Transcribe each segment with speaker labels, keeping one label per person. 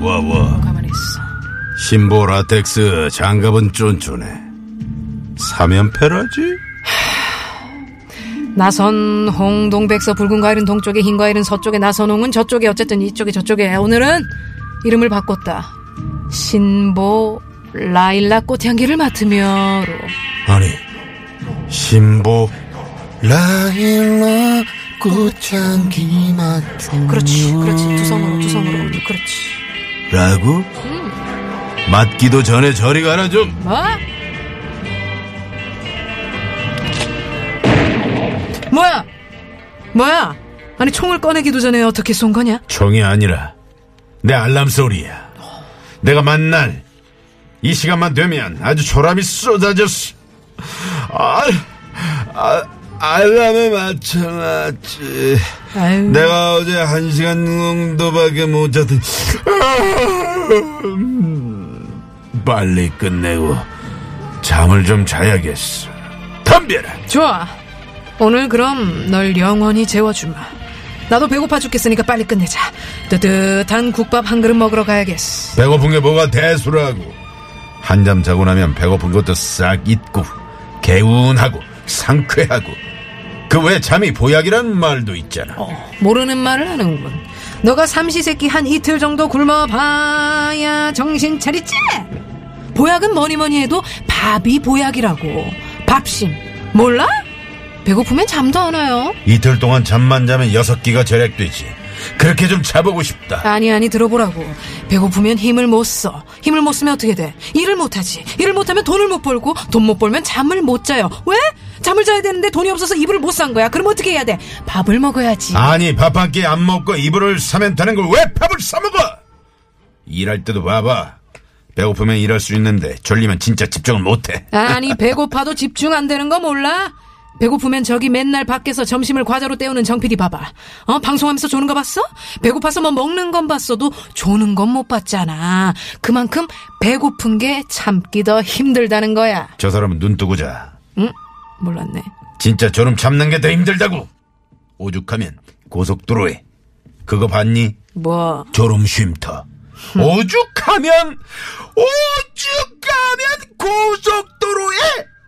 Speaker 1: 와와
Speaker 2: 가만히 있어.
Speaker 1: 신보 라텍스 장갑은 쫀쫀해 사면패라지?
Speaker 2: 나선 홍동 백서 붉은 과일은 동쪽에 흰 과일은 서쪽에 나선홍은 저쪽에 어쨌든 이쪽에 저쪽에 오늘은 이름을 바꿨다. 신보 라일락 꽃향기를 맡으며로
Speaker 1: 아니 신보 라일락
Speaker 3: 꽃향기 맡은
Speaker 2: 그렇지 그렇지 두 손으로 두 손으로 그렇지
Speaker 1: 라고?
Speaker 2: 음.
Speaker 1: 맞기도 전에 저리 가라 좀
Speaker 2: 뭐? 뭐야 뭐야 아니 총을 꺼내기도 전에 어떻게 쏜 거냐
Speaker 1: 총이 아니라 내 알람 소리야 내가 만날 이 시간만 되면 아주 조람이 쏟아졌어 아, 아, 알람에 맞춰놨지
Speaker 2: 아유
Speaker 1: 내가 어제 한 시간 정도밖에 못 잤더니 빨리 끝내고 잠을 좀 자야겠어 덤벼라
Speaker 2: 좋아. 오늘 그럼 널 영원히 재워주마. 나도 배고파 죽겠으니까 빨리 끝내자. 뜨뜻한 국밥 한 그릇 먹으러 가야겠어.
Speaker 1: 배고픈 게 뭐가 대수라고 한잠 자고 나면 배고픈 것도 싹 잊고 개운하고 상쾌하고 그 외 잠이 보약이란 말도 있잖아
Speaker 2: 모르는 말을 하는군. 너가 삼시세끼 한 이틀 정도 굶어봐야 정신 차리지? 보약은 뭐니 뭐니 해도 밥이 보약이라고. 밥심. 몰라? 배고프면 잠도 안 와요.
Speaker 1: 이틀 동안 잠만 자면 여섯 끼가 절약되지 그렇게 좀 자보고 싶다
Speaker 2: 아니 아니 들어보라고 배고프면 힘을 못 써 힘을 못 쓰면 어떻게 돼 일을 못 하지 일을 못 하면 돈을 못 벌고 돈 못 벌면 잠을 못 자요 왜 잠을 자야 되는데 돈이 없어서 이불을 못 산 거야 그럼 어떻게 해야 돼 밥을 먹어야지
Speaker 1: 아니 밥 한 끼 안 먹고 이불을 사면 되는 걸 왜 밥을 사 먹어? 일할 때도 봐봐. 배고프면 일할 수 있는데 졸리면 진짜 집중을 못해.
Speaker 2: 아니 배고파도 집중 안 되는 거 몰라 배고프면 저기 맨날 밖에서 점심을 과자로 때우는 정PD 봐봐 어 방송하면서 조는 거 봤어 배고파서 뭐 먹는 건 봤어도 조는 건 못 봤잖아 그만큼 배고픈 게 참기 더 힘들다는 거야
Speaker 1: 저 사람은 눈 뜨고 자.
Speaker 2: 몰랐네.
Speaker 1: 진짜 졸음 참는 게 더 힘들다고. 오죽하면 고속도로에 그거 봤니?
Speaker 2: 뭐
Speaker 1: 졸음 쉼터. 오죽하면 오죽하면 고속도로에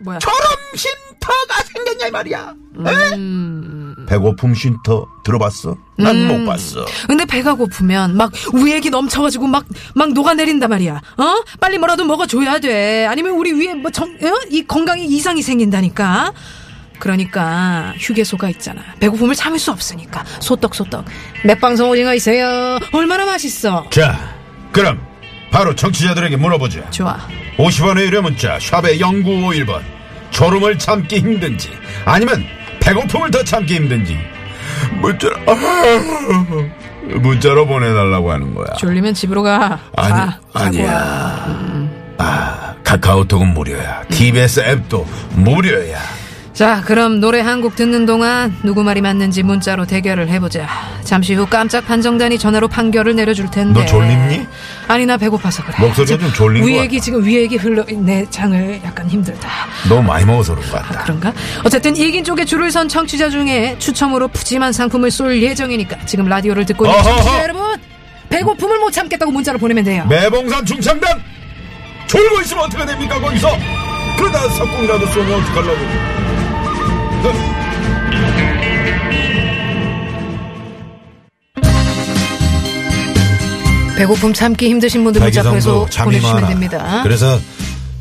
Speaker 2: 뭐야?
Speaker 1: 졸음 쉼터가 생겼냐 이 말이야. 에?
Speaker 2: 음.
Speaker 1: 배고픔 쉼터 들어봤어? 난 못 봤어.
Speaker 2: 근데 배가 고프면 막 우액이 넘쳐가지고 막 막 녹아내린단 말이야. 어? 빨리 뭐라도 먹어줘야 돼. 아니면 우리 위에 뭐정 어? 이 건강에 이상이 생긴다니까. 그러니까 휴게소가 있잖아. 배고픔을 참을 수 없으니까 소떡소떡 맥방송 오징어 있어요. 얼마나 맛있어.
Speaker 1: 자, 그럼 바로 정치자들에게 물어보자.
Speaker 2: 좋아.
Speaker 1: 50원의 유료 문자 샵의 0951번 졸음을 참기 힘든지 아니면 배고픔을 더 참기 힘든지 문자로 아, 문자로 보내달라고 하는 거야.
Speaker 2: 졸리면 집으로 가.
Speaker 1: 아니
Speaker 2: 가, 자고 와.
Speaker 1: 아니야. 아 카카오톡은 무료야. TBS 앱도 무료야.
Speaker 2: 자, 그럼 노래 한 곡 듣는 동안 누구 말이 맞는지 문자로 대결을 해보자. 잠시 후 깜짝 판정단이 전화로 판결을 내려줄 텐데.
Speaker 1: 너 졸립니?
Speaker 2: 아니, 나 배고파서 그래.
Speaker 1: 목소리가 좀 졸린 것
Speaker 2: 위액이 지금 위액이 흘러, 내 장을 약간 힘들다. 아,
Speaker 1: 너무 많이 먹어서 그런 것 같다.
Speaker 2: 그런가? 어쨌든 이긴 쪽에 줄을 선 청취자 중에 추첨으로 푸짐한 상품을 쏠 예정이니까 지금 라디오를 듣고 있는
Speaker 1: 어허허.
Speaker 2: 청취자 여러분! 배고픔을 못 참겠다고 문자로 보내면 돼요.
Speaker 1: 네. 매봉산 중창단 졸고 있으면 어떻게 됩니까 거기서 그러다 석궁이라도 쏘면 어떡하려고 그-
Speaker 2: 배고픔 참기 힘드신 분들 문자 보내서
Speaker 1: 발기성도 잠이
Speaker 2: 보내주시면
Speaker 1: 많아
Speaker 2: 됩니다.
Speaker 1: 그래서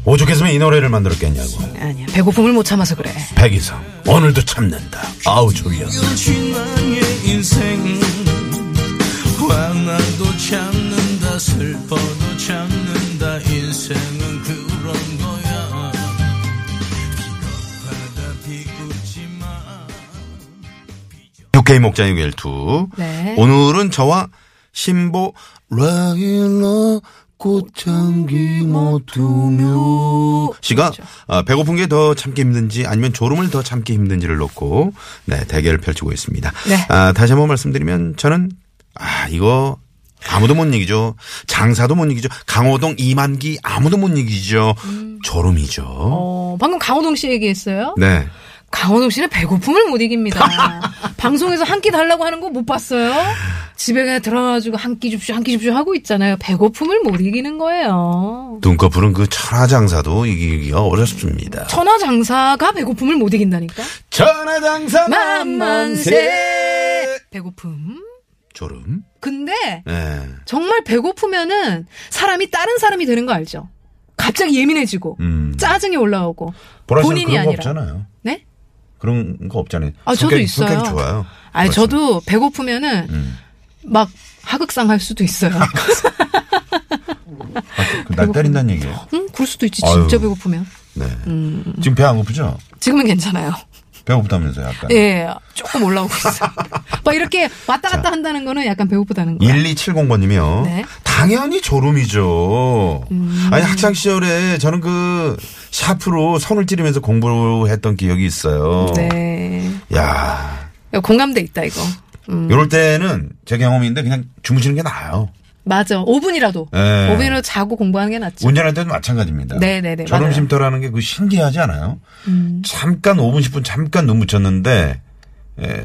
Speaker 1: 오죽했으면 이 노래를 만들었겠냐고
Speaker 2: 아니야, 배고픔을 못 참아서 그래.
Speaker 1: 백이성 오늘도 참는다 아우 졸려
Speaker 3: 이것이 나의 인생 화나도 참는다 슬퍼도 참는다 인생은 그런 거야 비겁하다 비웃지만
Speaker 1: UK 목장의 결투.
Speaker 2: 네.
Speaker 1: 오늘은 저와 신보 라일라 꽃향기
Speaker 2: 그렇죠.
Speaker 1: 맡으며 씨가 아, 배고픈 게 더 참기 힘든지 아니면 졸음을 더 참기 힘든지를 놓고 네 대결을 펼치고 있습니다.
Speaker 2: 네.
Speaker 1: 아, 다시 한번 말씀드리면 저는 아 이거 아무도 못 이기죠. 장사도 못 이기죠. 강호동 이만기 아무도 못 이기죠.
Speaker 2: 음.
Speaker 1: 졸음이죠.
Speaker 2: 어, 방금 강호동 씨 얘기했어요?
Speaker 1: 네.
Speaker 2: 강호동 씨는 배고픔을 못 이깁니다. 방송에서 한 끼 달라고 하는 거 못 봤어요? 집에 그냥 들어가지고 한 끼 줍쇼, 한 끼 줍쇼 하고 있잖아요. 배고픔을 못 이기는 거예요.
Speaker 1: 눈꺼풀은 그 천하장사도 이기기가 어렵습니다.
Speaker 2: 천하장사가 배고픔을 못 이긴다니까?
Speaker 1: 천하장사
Speaker 2: 만만세. 배고픔.
Speaker 1: 졸음.
Speaker 2: 근데
Speaker 1: 네.
Speaker 2: 정말 배고프면은 사람이 다른 사람이 되는 거 알죠? 갑자기 예민해지고
Speaker 1: 음.
Speaker 2: 짜증이 올라오고
Speaker 1: 보라 씨는
Speaker 2: 본인이
Speaker 1: 그런 거
Speaker 2: 아니라.
Speaker 1: 없잖아요.
Speaker 2: 네?
Speaker 1: 그런 거 없잖아요.
Speaker 2: 아, 저도
Speaker 1: 성격이-
Speaker 2: 있어요.
Speaker 1: 성격이 좋아요.
Speaker 2: 아니
Speaker 1: 보라 씨는.
Speaker 2: 저도 배고프면은
Speaker 1: 음.
Speaker 2: 막 하극상 할 수도 있어요.
Speaker 1: 아, 그, 날 때린다는 얘기예요.
Speaker 2: 응? 그럴 수도 있지. 진짜
Speaker 1: 아유.
Speaker 2: 배고프면.
Speaker 1: 네.
Speaker 2: 음.
Speaker 1: 지금 배 안 고프죠?
Speaker 2: 지금은 괜찮아요.
Speaker 1: 배고프다면서요, 아까.
Speaker 2: 예, 조금 올라오고 있어요. 막 이렇게 왔다 갔다 한다는 거는 약간 배고프다는 거예요.
Speaker 1: 1270번님이요.
Speaker 2: 네.
Speaker 1: 당연히 졸음이죠. 아니, 학창시절에 저는 그 샤프로 선을 찌르면서 공부했던 기억이 있어요.
Speaker 2: 네.
Speaker 1: 야
Speaker 2: 공감대 있다, 이거. 음.
Speaker 1: 요럴 때는 제 경험인데 그냥 주무시는 게 나아요.
Speaker 2: 맞아. 5분이라도.
Speaker 1: 네.
Speaker 2: 5분이라도 자고 공부하는 게 낫죠.
Speaker 1: 운전할 때도 마찬가지입니다.
Speaker 2: 네네네,
Speaker 1: 졸음
Speaker 2: 맞아요. 음.
Speaker 1: 쉼터라는 게 그 신기하지 않아요? 잠깐 5분 10분 잠깐 눈 붙였는데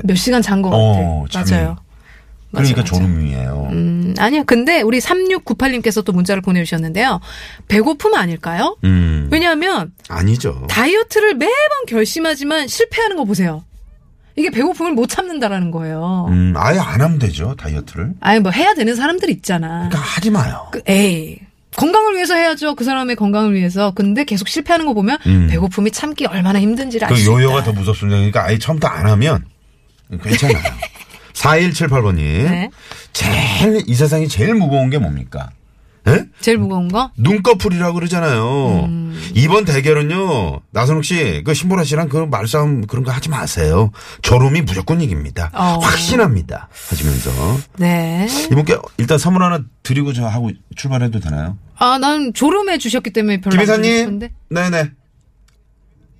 Speaker 2: 몇 시간 잔 거
Speaker 1: 어,
Speaker 2: 같아.
Speaker 1: 잠이.
Speaker 2: 맞아요.
Speaker 1: 그러니까
Speaker 2: 맞아, 맞아.
Speaker 1: 졸음이에요.
Speaker 2: 음, 아니요. 근데 우리 3698님께서 또 문자를 보내주셨는데요. 배고픔 아닐까요?
Speaker 1: 음.
Speaker 2: 왜냐하면
Speaker 1: 아니죠.
Speaker 2: 다이어트를 매번 결심하지만 실패하는 거 보세요. 이게 배고픔을 못 참는다라는 거예요.
Speaker 1: 음, 아예 안 하면 되죠 다이어트를.
Speaker 2: 아니 뭐 해야 되는 사람들 있잖아.
Speaker 1: 그러니까 하지 마요.
Speaker 2: 그, 에이. 건강을 위해서 해야죠. 그 사람의 건강을 위해서. 근데 계속 실패하는 거 보면
Speaker 1: 음.
Speaker 2: 배고픔이 참기 얼마나 힘든지를
Speaker 1: 그
Speaker 2: 알수
Speaker 1: 요요가
Speaker 2: 있다.
Speaker 1: 더 무섭습니다. 그러니까 아예 처음부터 안 하면 괜찮아요. 4178번님.
Speaker 2: 네.
Speaker 1: 제일 이 세상이 제일 무거운 게 뭡니까? 예?
Speaker 2: 제일 무거운 거?
Speaker 1: 눈꺼풀이라고 그러잖아요.
Speaker 2: 음.
Speaker 1: 이번 대결은요, 나선욱 씨, 그 신보라 씨랑 그런 말싸움 그런 거 하지 마세요. 졸음이 무조건 이깁니다.
Speaker 2: 어.
Speaker 1: 확신합니다. 하시면서.
Speaker 2: 네.
Speaker 1: 이분께 일단 선물 하나 드리고 저 하고 출발해도 되나요?
Speaker 2: 아, 난 조름해 주셨기 때문에 별로 안 드리고
Speaker 1: 김이사님?
Speaker 2: 싶은데.
Speaker 1: 네네.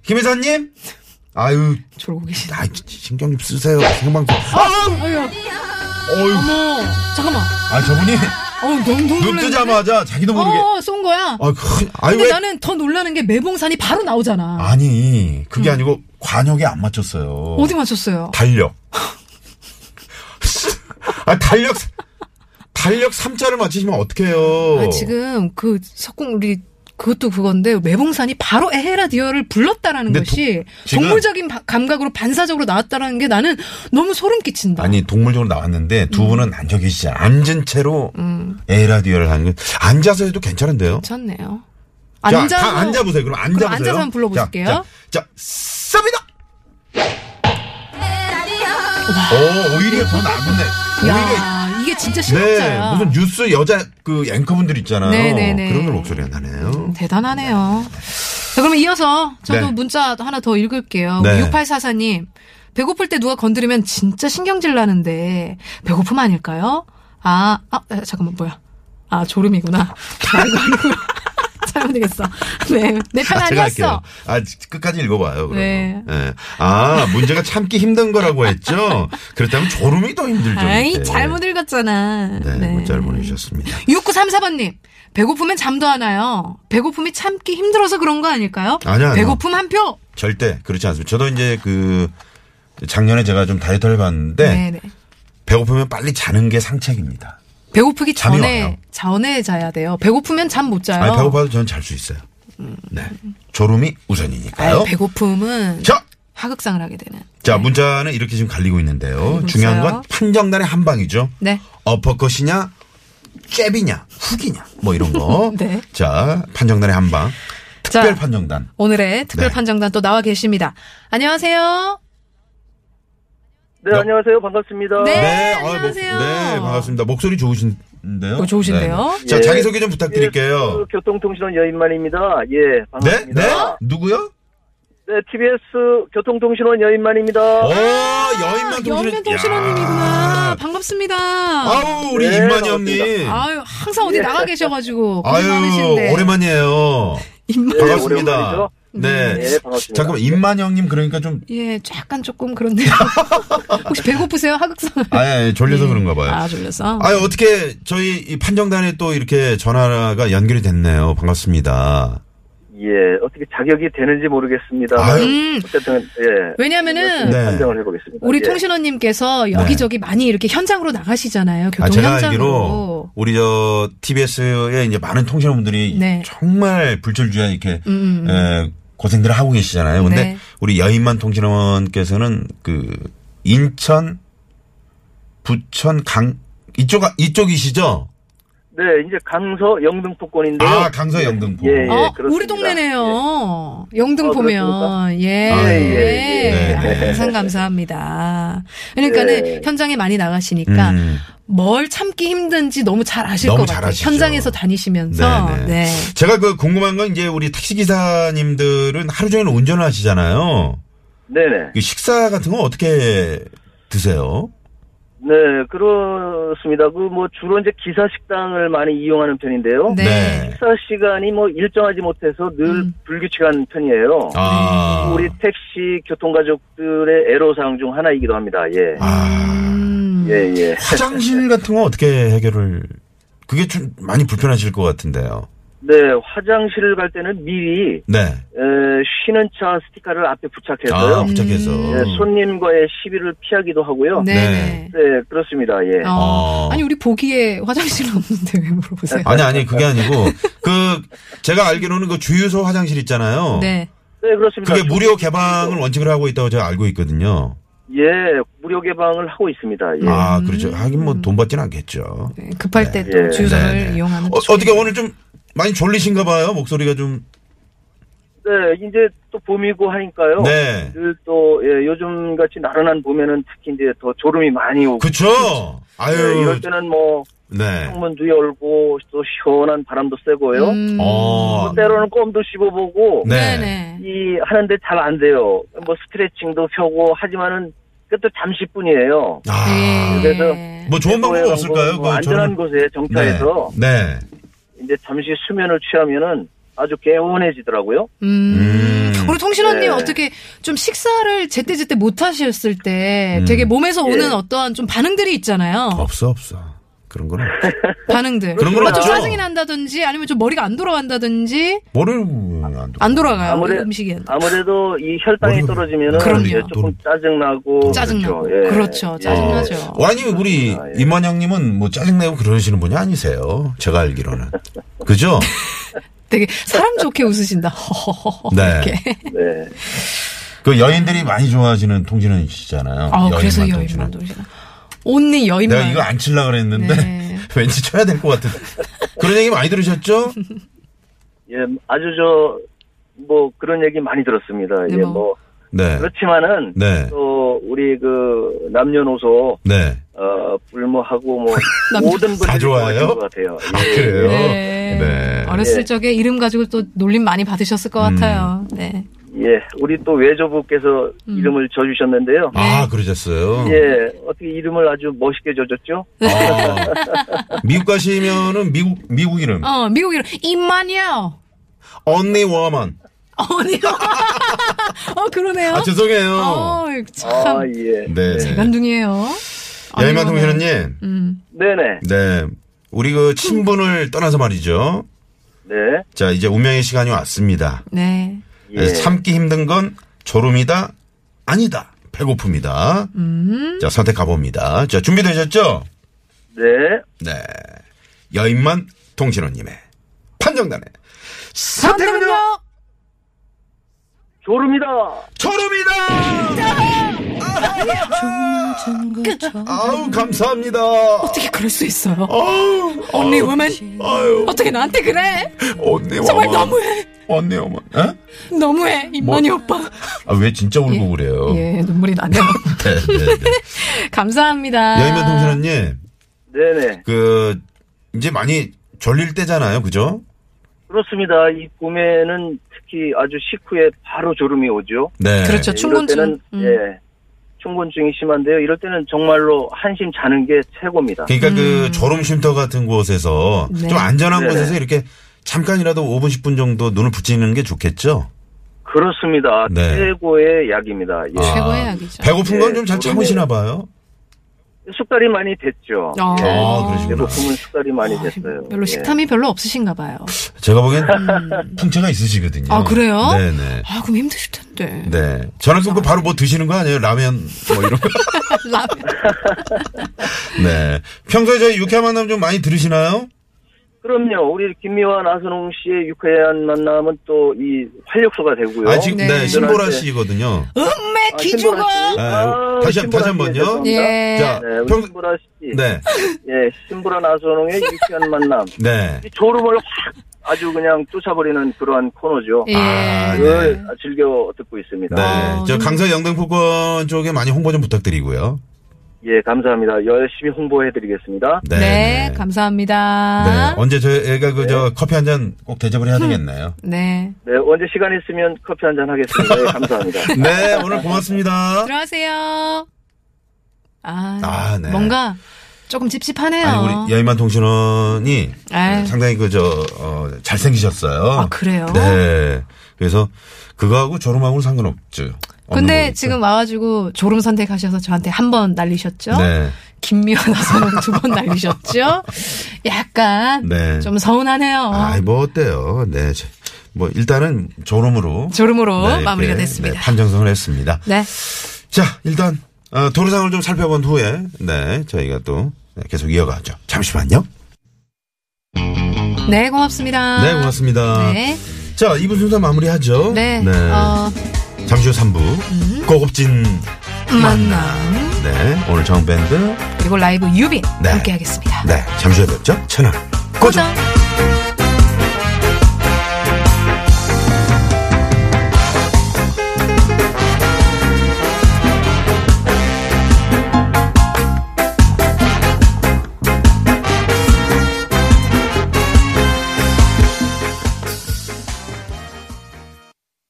Speaker 1: 김이사님? 아유,
Speaker 2: 졸고 계시다. 어?
Speaker 1: 아, 신경 좀 쓰세요. 생방송.
Speaker 2: 아유,
Speaker 1: 어유
Speaker 2: 어머, 잠깐만.
Speaker 1: 아, 저분이
Speaker 2: 어, 너무 너무
Speaker 1: 눈
Speaker 2: 놀랐는데?
Speaker 1: 뜨자마자 자기도 모르게.
Speaker 2: 어, 쏜 거야.
Speaker 1: 아, 큰, 아유,
Speaker 2: 근데
Speaker 1: 왜.
Speaker 2: 나는 더 놀라는 게 매봉산이 바로 나오잖아.
Speaker 1: 아니, 그게 아니고 관역에 안 맞췄어요.
Speaker 2: 음. 어디 맞췄어요?
Speaker 1: 달력. 아, 달력. 달력 3자를 맞히시면 어떡해요.
Speaker 2: 아, 지금 그 석공 우리 그것도 그건데 매봉산이 바로 에헤라 디어를 불렀다라는
Speaker 1: 근데
Speaker 2: 것이
Speaker 1: 도- 지금-
Speaker 2: 동물적인 바- 감각으로 반사적으로 나왔다라는 게 나는 너무 소름 끼친다.
Speaker 1: 아니, 동물적으로 나왔는데 두
Speaker 2: 음.
Speaker 1: 분은 앉아 계시지 않아요. 앉은 채로 에라디오를 하는 건 앉아서 해도 괜찮은데요.
Speaker 2: 괜찮네요.
Speaker 1: 자,
Speaker 2: 앉아서
Speaker 1: 다 앉아보세요. 그럼 앉아보세요.
Speaker 2: 그럼 앉아서 한번 불러보실게요.
Speaker 1: 자, 자, 자 쌉니다! 오, 오히려 더 나았네. 오히려.
Speaker 2: 야, 이게 진짜
Speaker 1: 네,
Speaker 2: 실력자야.
Speaker 1: 무슨 뉴스 여자 그 앵커분들 있잖아요.
Speaker 2: 네, 네, 네.
Speaker 1: 그런 걸 목소리가 나네요.
Speaker 2: 대단하네요. 자, 그럼 이어서 저도
Speaker 1: 네.
Speaker 2: 문자 하나 더 읽을게요.
Speaker 1: 네.
Speaker 2: 6844님. 배고플 때 누가 건드리면 진짜 신경질 나는데, 배고픔 아닐까요? 아, 아, 에, 잠깐만, 뭐야. 아, 졸음이구나. 아, 이거 아니구나. 잘못되겠어. 네. 내 편
Speaker 1: 아, 제가 할게요.
Speaker 2: 아니었어.
Speaker 1: 아, 지- 끝까지 읽어봐요. 그러면.
Speaker 2: 네.
Speaker 1: 예. 아, 문제가 참기 힘든 거라고 했죠? 그렇다면 졸음이 더 힘들죠.
Speaker 2: 아이,
Speaker 1: 이때.
Speaker 2: 잘못 읽었잖아.
Speaker 1: 네, 문자를 보내주셨습니다.
Speaker 2: 6934번님, 배고프면 잠도 안 와요. 배고픔이 참기 힘들어서 그런 거 아닐까요?
Speaker 1: 아니요, 아니요.
Speaker 2: 배고픔 한 표!
Speaker 1: 절대 그렇지 않습니다. 저도 이제 그, 작년에 제가 좀 다이어트를 해봤는데,
Speaker 2: 네네.
Speaker 1: 배고프면 빨리 자는 게 상책입니다.
Speaker 2: 배고프기
Speaker 1: 잠이
Speaker 2: 전에
Speaker 1: 와요.
Speaker 2: 전에 자야 돼요. 배고프면 잠 못 자요.
Speaker 1: 아니, 배고파도 저는 잘 수 있어요. 네. 졸음이 우선이니까요.
Speaker 2: 아유, 배고픔은
Speaker 1: 자!
Speaker 2: 하극상을 하게 되는.
Speaker 1: 자, 문자는 이렇게 지금 갈리고 있는데요. 중요한
Speaker 2: 있어요?
Speaker 1: 건 판정단의 한 방이죠.
Speaker 2: 네.
Speaker 1: 어퍼컷이냐, 잽이냐, 훅이냐, 뭐 이런 거.
Speaker 2: 네.
Speaker 1: 자, 판정단의 한 방.
Speaker 2: 자.
Speaker 1: 특별 판정단.
Speaker 2: 오늘의 특별
Speaker 1: 네. 아,
Speaker 2: 판정단 또 나와 계십니다. 안녕하세요.
Speaker 4: 네,
Speaker 1: 여-
Speaker 4: 안녕하세요. 반갑습니다.
Speaker 2: 네.
Speaker 1: 아, 목-
Speaker 2: 안녕하세요.
Speaker 1: 네, 반갑습니다. 목소리 좋으신 좋으신데요?
Speaker 2: 어, 좋으신데요?
Speaker 1: 네, 네. 자,
Speaker 4: 예.
Speaker 1: 자기소개 좀
Speaker 4: 예,
Speaker 1: 부탁드릴게요.
Speaker 4: 그 교통통신원 여인만입니다. 예,
Speaker 1: 네?
Speaker 4: 반갑습니다.
Speaker 1: 네? 누구요?
Speaker 4: 네, TBS 교통통신원 여인만입니다.
Speaker 1: 오,
Speaker 2: 아,
Speaker 1: 여인만
Speaker 2: 연면
Speaker 1: 동신.
Speaker 2: 동신원님이구나. 반갑습니다.
Speaker 1: 아우, 우리
Speaker 4: 네,
Speaker 1: 임만희
Speaker 4: 반갑습니다.
Speaker 1: 언니.
Speaker 2: 아유, 항상 어디 나가 계셔가지고. 고생 많으신데.
Speaker 1: 아유, 오랜만이에요. 아.
Speaker 2: 입만,
Speaker 1: 반갑습니다.
Speaker 4: 오랜만이죠?
Speaker 1: 네.
Speaker 4: 네, 반갑습니다.
Speaker 1: 잠깐만, 임만영님 그러니까 좀,
Speaker 2: 예, 약간 조금 그런데요. 혹시 배고프세요? 하극상.
Speaker 1: 아, 예, 졸려서
Speaker 2: 예.
Speaker 1: 그런가 봐요.
Speaker 2: 아, 졸려서.
Speaker 1: 아 어떻게 저희 이 판정단에 또 이렇게 전화가 연결이 됐네요. 반갑습니다.
Speaker 4: 예, 어떻게 자격이 되는지 모르겠습니다.
Speaker 1: 아유.
Speaker 2: 음,
Speaker 4: 어쨌든 예.
Speaker 2: 왜냐면은
Speaker 1: 네.
Speaker 4: 판정을 해보겠습니다.
Speaker 2: 우리
Speaker 4: 예.
Speaker 2: 통신원님께서 여기저기 많이 이렇게 현장으로 나가시잖아요. 교통
Speaker 1: 아, 제가 알기로
Speaker 2: 현장으로.
Speaker 1: 우리 저 TBS에 이제 많은 통신원분들이
Speaker 2: 네.
Speaker 1: 정말 불철주야 이렇게
Speaker 2: 음, 음.
Speaker 1: 에, 고생들을 하고 계시잖아요. 근데
Speaker 2: 네.
Speaker 1: 우리 여인만 통신원께서는 그 인천, 부천, 강 이쪽 이쪽이시죠?
Speaker 4: 네, 이제 강서 영등포권인데.
Speaker 1: 아 강서 영등포.
Speaker 4: 예, 예.
Speaker 2: 어,
Speaker 4: 그렇습니다.
Speaker 2: 우리 동네네요. 영등
Speaker 4: 어,
Speaker 2: 보면. 예.
Speaker 1: 예. 아, 예,
Speaker 4: 예.
Speaker 2: 예.
Speaker 1: 네, 네.
Speaker 2: 항상 감사합니다. 그러니까는
Speaker 4: 예.
Speaker 2: 현장에 많이 나가시니까
Speaker 1: 음.
Speaker 2: 뭘 참기 힘든지 너무 잘 아실
Speaker 1: 너무
Speaker 2: 것
Speaker 1: 잘
Speaker 2: 같아요.
Speaker 1: 아시죠.
Speaker 2: 현장에서 다니시면서.
Speaker 1: 네,
Speaker 2: 네.
Speaker 1: 네. 제가 그 궁금한 건 이제 우리 택시 기사님들은 하루 종일 운전을 하시잖아요.
Speaker 4: 예. 네네.
Speaker 1: 이 식사 같은 건 어떻게 드세요?
Speaker 4: 네, 그렇습니다. 그 뭐 주로 이제 기사 식당을 많이 이용하는 편인데요.
Speaker 2: 네.
Speaker 4: 식사 시간이 뭐 일정하지 못해서 늘
Speaker 2: 음.
Speaker 4: 불규칙한 편이에요.
Speaker 1: 아.
Speaker 4: 우리 택시 교통가족들의 애로사항 중 하나이기도 합니다. 예.
Speaker 1: 아.
Speaker 2: 음.
Speaker 4: 예, 예.
Speaker 1: 화장실 같은 건 어떻게 해결을 그게 좀 많이 불편하실 것 같은데요.
Speaker 4: 네, 화장실을 갈 때는 미리
Speaker 1: 네.
Speaker 4: 에, 쉬는 차 스티커를 앞에
Speaker 1: 아,
Speaker 4: 부착해서요.
Speaker 1: 부탁해서.
Speaker 4: 예, 손님과의 시비를 피하기도 하고요.
Speaker 2: 네.
Speaker 1: 네.
Speaker 2: 네.
Speaker 4: 네, 그렇습니다. 예.
Speaker 2: 어.
Speaker 1: 어.
Speaker 2: 아니, 우리 보기에 화장실 없는데 왜 물어보세요?
Speaker 1: 아니 아니 그게 아니고 그 제가 알기로는 그 주유소 화장실 있잖아요.
Speaker 2: 네.
Speaker 4: 네, 그렇습니다.
Speaker 1: 그게 무료 개방을 원칙으로 하고 있다고 제가 알고 있거든요.
Speaker 4: 예, 무료 개방을 하고 있습니다.
Speaker 2: 음.
Speaker 4: 예.
Speaker 1: 아 그렇죠. 하긴 뭐 돈 받지는 않겠죠.
Speaker 2: 네, 급할 때 또
Speaker 4: 예.
Speaker 2: 주유소를
Speaker 1: 네, 네.
Speaker 2: 이용하는
Speaker 1: 어,
Speaker 2: 게
Speaker 1: 어떻게 오늘 좀 많이 졸리신가 봐요. 목소리가 좀.
Speaker 4: 네, 이제 또 봄이고 하니까요.
Speaker 1: 네.
Speaker 4: 늘또 예, 요즘 같이 나른한 봄에는 특히 이제 더 졸음이 많이 오고.
Speaker 1: 그쵸?
Speaker 4: 예,
Speaker 1: 아유.
Speaker 4: 이럴 때는 뭐
Speaker 1: 네.
Speaker 4: 창문 뒤에 얼고 또 시원한 바람도 쐬고요.
Speaker 2: 음.
Speaker 1: 어.
Speaker 4: 뭐 때로는 뭐 껌도 씹어보고
Speaker 1: 네.
Speaker 2: 네네.
Speaker 4: 이 하는데 잘 안 돼요. 뭐 스트레칭도 펴고 하지만은 그것도 잠시뿐이에요.
Speaker 2: 예.
Speaker 1: 아.
Speaker 2: 네.
Speaker 4: 그래서
Speaker 1: 뭐 좋은 방법
Speaker 4: 그거에
Speaker 1: 없을까요?
Speaker 4: 뭐
Speaker 1: 그거
Speaker 4: 안전한
Speaker 1: 저는-
Speaker 4: 곳에
Speaker 1: 네.
Speaker 4: 정차해서
Speaker 1: 네.
Speaker 4: 이제 잠시 수면을 취하면은 아주 개운해지더라고요.
Speaker 2: 음.
Speaker 1: 음.
Speaker 2: 우리 통신 언니
Speaker 4: 네.
Speaker 2: 어떻게 좀 식사를 제때제때 못 하셨을 때
Speaker 1: 음.
Speaker 2: 되게 몸에서 오는
Speaker 4: 예.
Speaker 2: 어떠한 좀 반응들이 있잖아요.
Speaker 1: 없어, 없어. 그런 거는.
Speaker 2: 반응들.
Speaker 1: 그런 건
Speaker 2: 아, 좀
Speaker 1: 없죠.
Speaker 2: 짜증이 난다든지 아니면 좀 머리가 안 돌아간다든지
Speaker 1: 머리를 왜안 돌아.
Speaker 2: 안 돌아가요.
Speaker 4: 아무래-
Speaker 2: 음식이 안
Speaker 4: 아무래도 이 혈당이
Speaker 1: 머리가-
Speaker 4: 떨어지면은
Speaker 2: 그럼요.
Speaker 4: 이제 조금 짜증나고
Speaker 2: 짜증나고.
Speaker 4: 그렇죠. 예.
Speaker 2: 그렇죠.
Speaker 4: 예.
Speaker 2: 짜증나죠.
Speaker 1: 어, 아니, 우리
Speaker 4: 아, 예.
Speaker 1: 임원영님은 뭐 짜증내고 그러시는 분이 아니세요. 제가 알기로는. 그죠?
Speaker 2: 되게 사람 좋게 웃으신다. 허허허허.
Speaker 1: 네.
Speaker 2: 이렇게.
Speaker 4: 네.
Speaker 1: 그 여인들이 많이 좋아하시는 통신원이시잖아요.
Speaker 2: 아, 그래서
Speaker 1: 여인만
Speaker 2: 여인만 돌리나. 언니 여인만.
Speaker 1: 내가 이거 안 칠라 그랬는데
Speaker 2: 네.
Speaker 1: 왠지 쳐야 될 것 같은데 그런 얘기 많이 들으셨죠?
Speaker 4: 예, 아주 저 뭐 그런 얘기 많이 들었습니다.
Speaker 2: 네,
Speaker 4: 예,
Speaker 2: 뭐.
Speaker 4: 뭐
Speaker 1: 네,
Speaker 4: 그렇지만은
Speaker 1: 네,
Speaker 4: 또 우리 그 남녀노소
Speaker 1: 네.
Speaker 4: 어, 불모하고 뭐
Speaker 2: 남녀-
Speaker 4: 모든 분들이
Speaker 1: 다 좋아해요?
Speaker 4: 좋아하시는 것 같아요.
Speaker 1: 아,
Speaker 4: 예.
Speaker 1: 그래요.
Speaker 2: 네.
Speaker 1: 네. 음.
Speaker 2: 어렸을 적에 이름 가지고 또 놀림 많이 받으셨을 것 같아요. 네.
Speaker 4: 예, 우리 또 외조부께서
Speaker 2: 음.
Speaker 4: 이름을 져주셨는데요.
Speaker 2: 네.
Speaker 1: 아 그러셨어요.
Speaker 4: 예, 어떻게 이름을 아주 멋있게 져줬죠?
Speaker 2: 네,
Speaker 1: 아, 미국 가시면은 미국 미국 이름
Speaker 2: 어, 미국 이름 임마니아오.
Speaker 1: 언니 워먼.
Speaker 2: 언니. 어, 그러네요.
Speaker 1: 아 죄송해요.
Speaker 2: 어,
Speaker 4: 아,
Speaker 2: 참.
Speaker 4: 예.
Speaker 1: 네.
Speaker 2: 재간둥이에요.
Speaker 1: 야이만
Speaker 2: 아니요,
Speaker 1: 통신원님,
Speaker 2: 음.
Speaker 4: 네네.
Speaker 1: 네. 우리 그 친분을 떠나서 말이죠.
Speaker 4: 네.
Speaker 1: 자 이제 운명의 시간이 왔습니다.
Speaker 2: 네.
Speaker 4: 예.
Speaker 1: 참기 힘든 건 졸음이다 아니다 배고픕니다.
Speaker 2: 음.
Speaker 1: 자 선택 가봅니다. 자 준비되셨죠?
Speaker 4: 네.
Speaker 1: 네. 여인만 동신호님의 판정단에
Speaker 2: 선택은요?
Speaker 4: 졸음이다.
Speaker 1: 졸음이다! 아우, 감사합니다.
Speaker 2: 어떻게 그럴 수 있어요?
Speaker 1: 아우,
Speaker 2: 언니 우먼
Speaker 1: 아유,
Speaker 2: 어떻게 나한테 그래?
Speaker 1: 언니
Speaker 2: 정말
Speaker 1: 어머.
Speaker 2: 너무해.
Speaker 1: 언니 어머. 에?
Speaker 2: 너무해. 임만희 오빠.
Speaker 1: 아, 왜 진짜 울고 그래요?
Speaker 2: 예, 눈물이 나네요.
Speaker 1: 네, 네, 네.
Speaker 2: 감사합니다.
Speaker 1: 여인만 동신호님,
Speaker 4: 네네.
Speaker 1: 그, 이제 많이 졸릴 때잖아요. 그죠?
Speaker 4: 그렇습니다. 이 봄에는 특히 아주 식후에 바로 졸음이 오죠.
Speaker 1: 네.
Speaker 2: 그렇죠.
Speaker 4: 예,
Speaker 2: 충곤증.
Speaker 4: 이럴 때는
Speaker 2: 음.
Speaker 4: 예, 충곤증이 심한데요. 이럴 때는 정말로 한심 자는 게 최고입니다.
Speaker 1: 그러니까 그 졸음 쉼터 같은 곳에서
Speaker 2: 네.
Speaker 1: 좀 안전한
Speaker 4: 네.
Speaker 1: 곳에서 이렇게 잠깐이라도 5분 10분 정도 눈을 붙이는 게 좋겠죠.
Speaker 4: 그렇습니다.
Speaker 1: 네.
Speaker 4: 최고의 약입니다. 예.
Speaker 1: 아.
Speaker 2: 최고의 약이죠.
Speaker 1: 배고픈 건
Speaker 4: 예,
Speaker 1: 좀 잘
Speaker 4: 졸음이-
Speaker 1: 참으시나 봐요.
Speaker 4: 숙달이 많이 됐죠.
Speaker 2: 아,
Speaker 4: 예.
Speaker 1: 아, 그러시구나.
Speaker 4: 배고픔은 숙달이 많이 됐어요.
Speaker 2: 별로
Speaker 4: 예.
Speaker 2: 식탐이 별로 없으신가 봐요.
Speaker 1: 제가 보기엔 풍채가 있으시거든요.
Speaker 2: 음. 아, 그래요?
Speaker 1: 네네.
Speaker 2: 아, 그럼 힘드실 텐데.
Speaker 1: 네. 전화 끊고 바로 뭐 드시는 거 아니에요? 라면 뭐 이런 거.
Speaker 2: 라면.
Speaker 4: 아,
Speaker 1: 네. 평소에 저희 유쾌한 만남 좀 많이 들으시나요?
Speaker 4: 그럼요. 우리 김미화 나선홍 씨의 유쾌한 만남은 또 이 활력소가 되고요.
Speaker 1: 아, 지금,
Speaker 2: 네.
Speaker 1: 네. 신보라 씨거든요.
Speaker 2: 음메
Speaker 4: 아,
Speaker 2: 기죽어!
Speaker 4: 신보라 씨.
Speaker 1: 네,
Speaker 4: 아,
Speaker 1: 다시, 한-
Speaker 4: 신보라
Speaker 1: 다시 한
Speaker 4: 씨,
Speaker 1: 번요.
Speaker 4: 죄송합니다.
Speaker 2: 예.
Speaker 1: 자,
Speaker 4: 네, 우리
Speaker 1: 평,
Speaker 4: 신보라 씨.
Speaker 1: 네.
Speaker 4: 예, 신보라 나선홍의 유쾌한 만남.
Speaker 1: 네.
Speaker 4: 이 졸음을 확 아주 그냥 쫓아버리는 그러한 코너죠.
Speaker 2: 예.
Speaker 1: 아, 네.
Speaker 4: 그걸 즐겨 듣고 있습니다.
Speaker 1: 네.
Speaker 2: 아,
Speaker 1: 저
Speaker 2: 좀-
Speaker 1: 강서 영등포권 쪽에 많이 홍보 좀 부탁드리고요.
Speaker 4: 예, 감사합니다. 열심히 홍보해드리겠습니다.
Speaker 1: 네.
Speaker 2: 네,
Speaker 1: 네.
Speaker 2: 감사합니다.
Speaker 1: 언제 저희가 그 저 커피 한 잔 꼭 대접을 해야 되겠네요.
Speaker 2: 네.
Speaker 4: 네, 언제 시간 있으면 커피 한 잔 하겠습니다. 예, 감사합니다.
Speaker 1: 네, 오늘 고맙습니다.
Speaker 2: 들어가세요. 아,
Speaker 1: 아, 네.
Speaker 2: 뭔가 조금 찝찝하네요.
Speaker 1: 아니 우리 예, 여의만 통신원이
Speaker 2: 아유.
Speaker 1: 상당히 그저 어, 잘생기셨어요.
Speaker 2: 네. 아, 그래요?
Speaker 1: 네. 그래서 그거하고 졸음하고는 상관없죠. 없는
Speaker 2: 근데
Speaker 1: 거니까.
Speaker 2: 지금 와가지고 졸음 선택하셔서 저한테 한 번 날리셨죠?
Speaker 1: 네.
Speaker 2: 김미연 나선홍 두번 날리셨죠? 약간
Speaker 1: 네.
Speaker 2: 좀 서운하네요.
Speaker 1: 아이 뭐 어때요? 네. 저- 뭐 일단은 졸음으로
Speaker 2: 졸음으로
Speaker 1: 네, 이렇게,
Speaker 2: 마무리가 됐습니다.
Speaker 1: 네, 판정성을 했습니다.
Speaker 2: 네.
Speaker 1: 자, 일단 어, 도로상을 좀 살펴본 후에 네, 저희가 또 네, 계속 이어가죠. 잠시만요.
Speaker 2: 네, 고맙습니다.
Speaker 1: 네, 고맙습니다.
Speaker 2: 네.
Speaker 1: 자, 2부 순서 마무리하죠.
Speaker 2: 네. 어, 음.
Speaker 1: 잠시 후 3부 고급진
Speaker 2: 만남.
Speaker 1: 네, 오늘 정밴드
Speaker 2: 그리고 라이브 유빈
Speaker 1: 네.
Speaker 2: 함께 하겠습니다.
Speaker 1: 네, 잠시 후에 뵙죠. 채널 고정.
Speaker 2: 고정.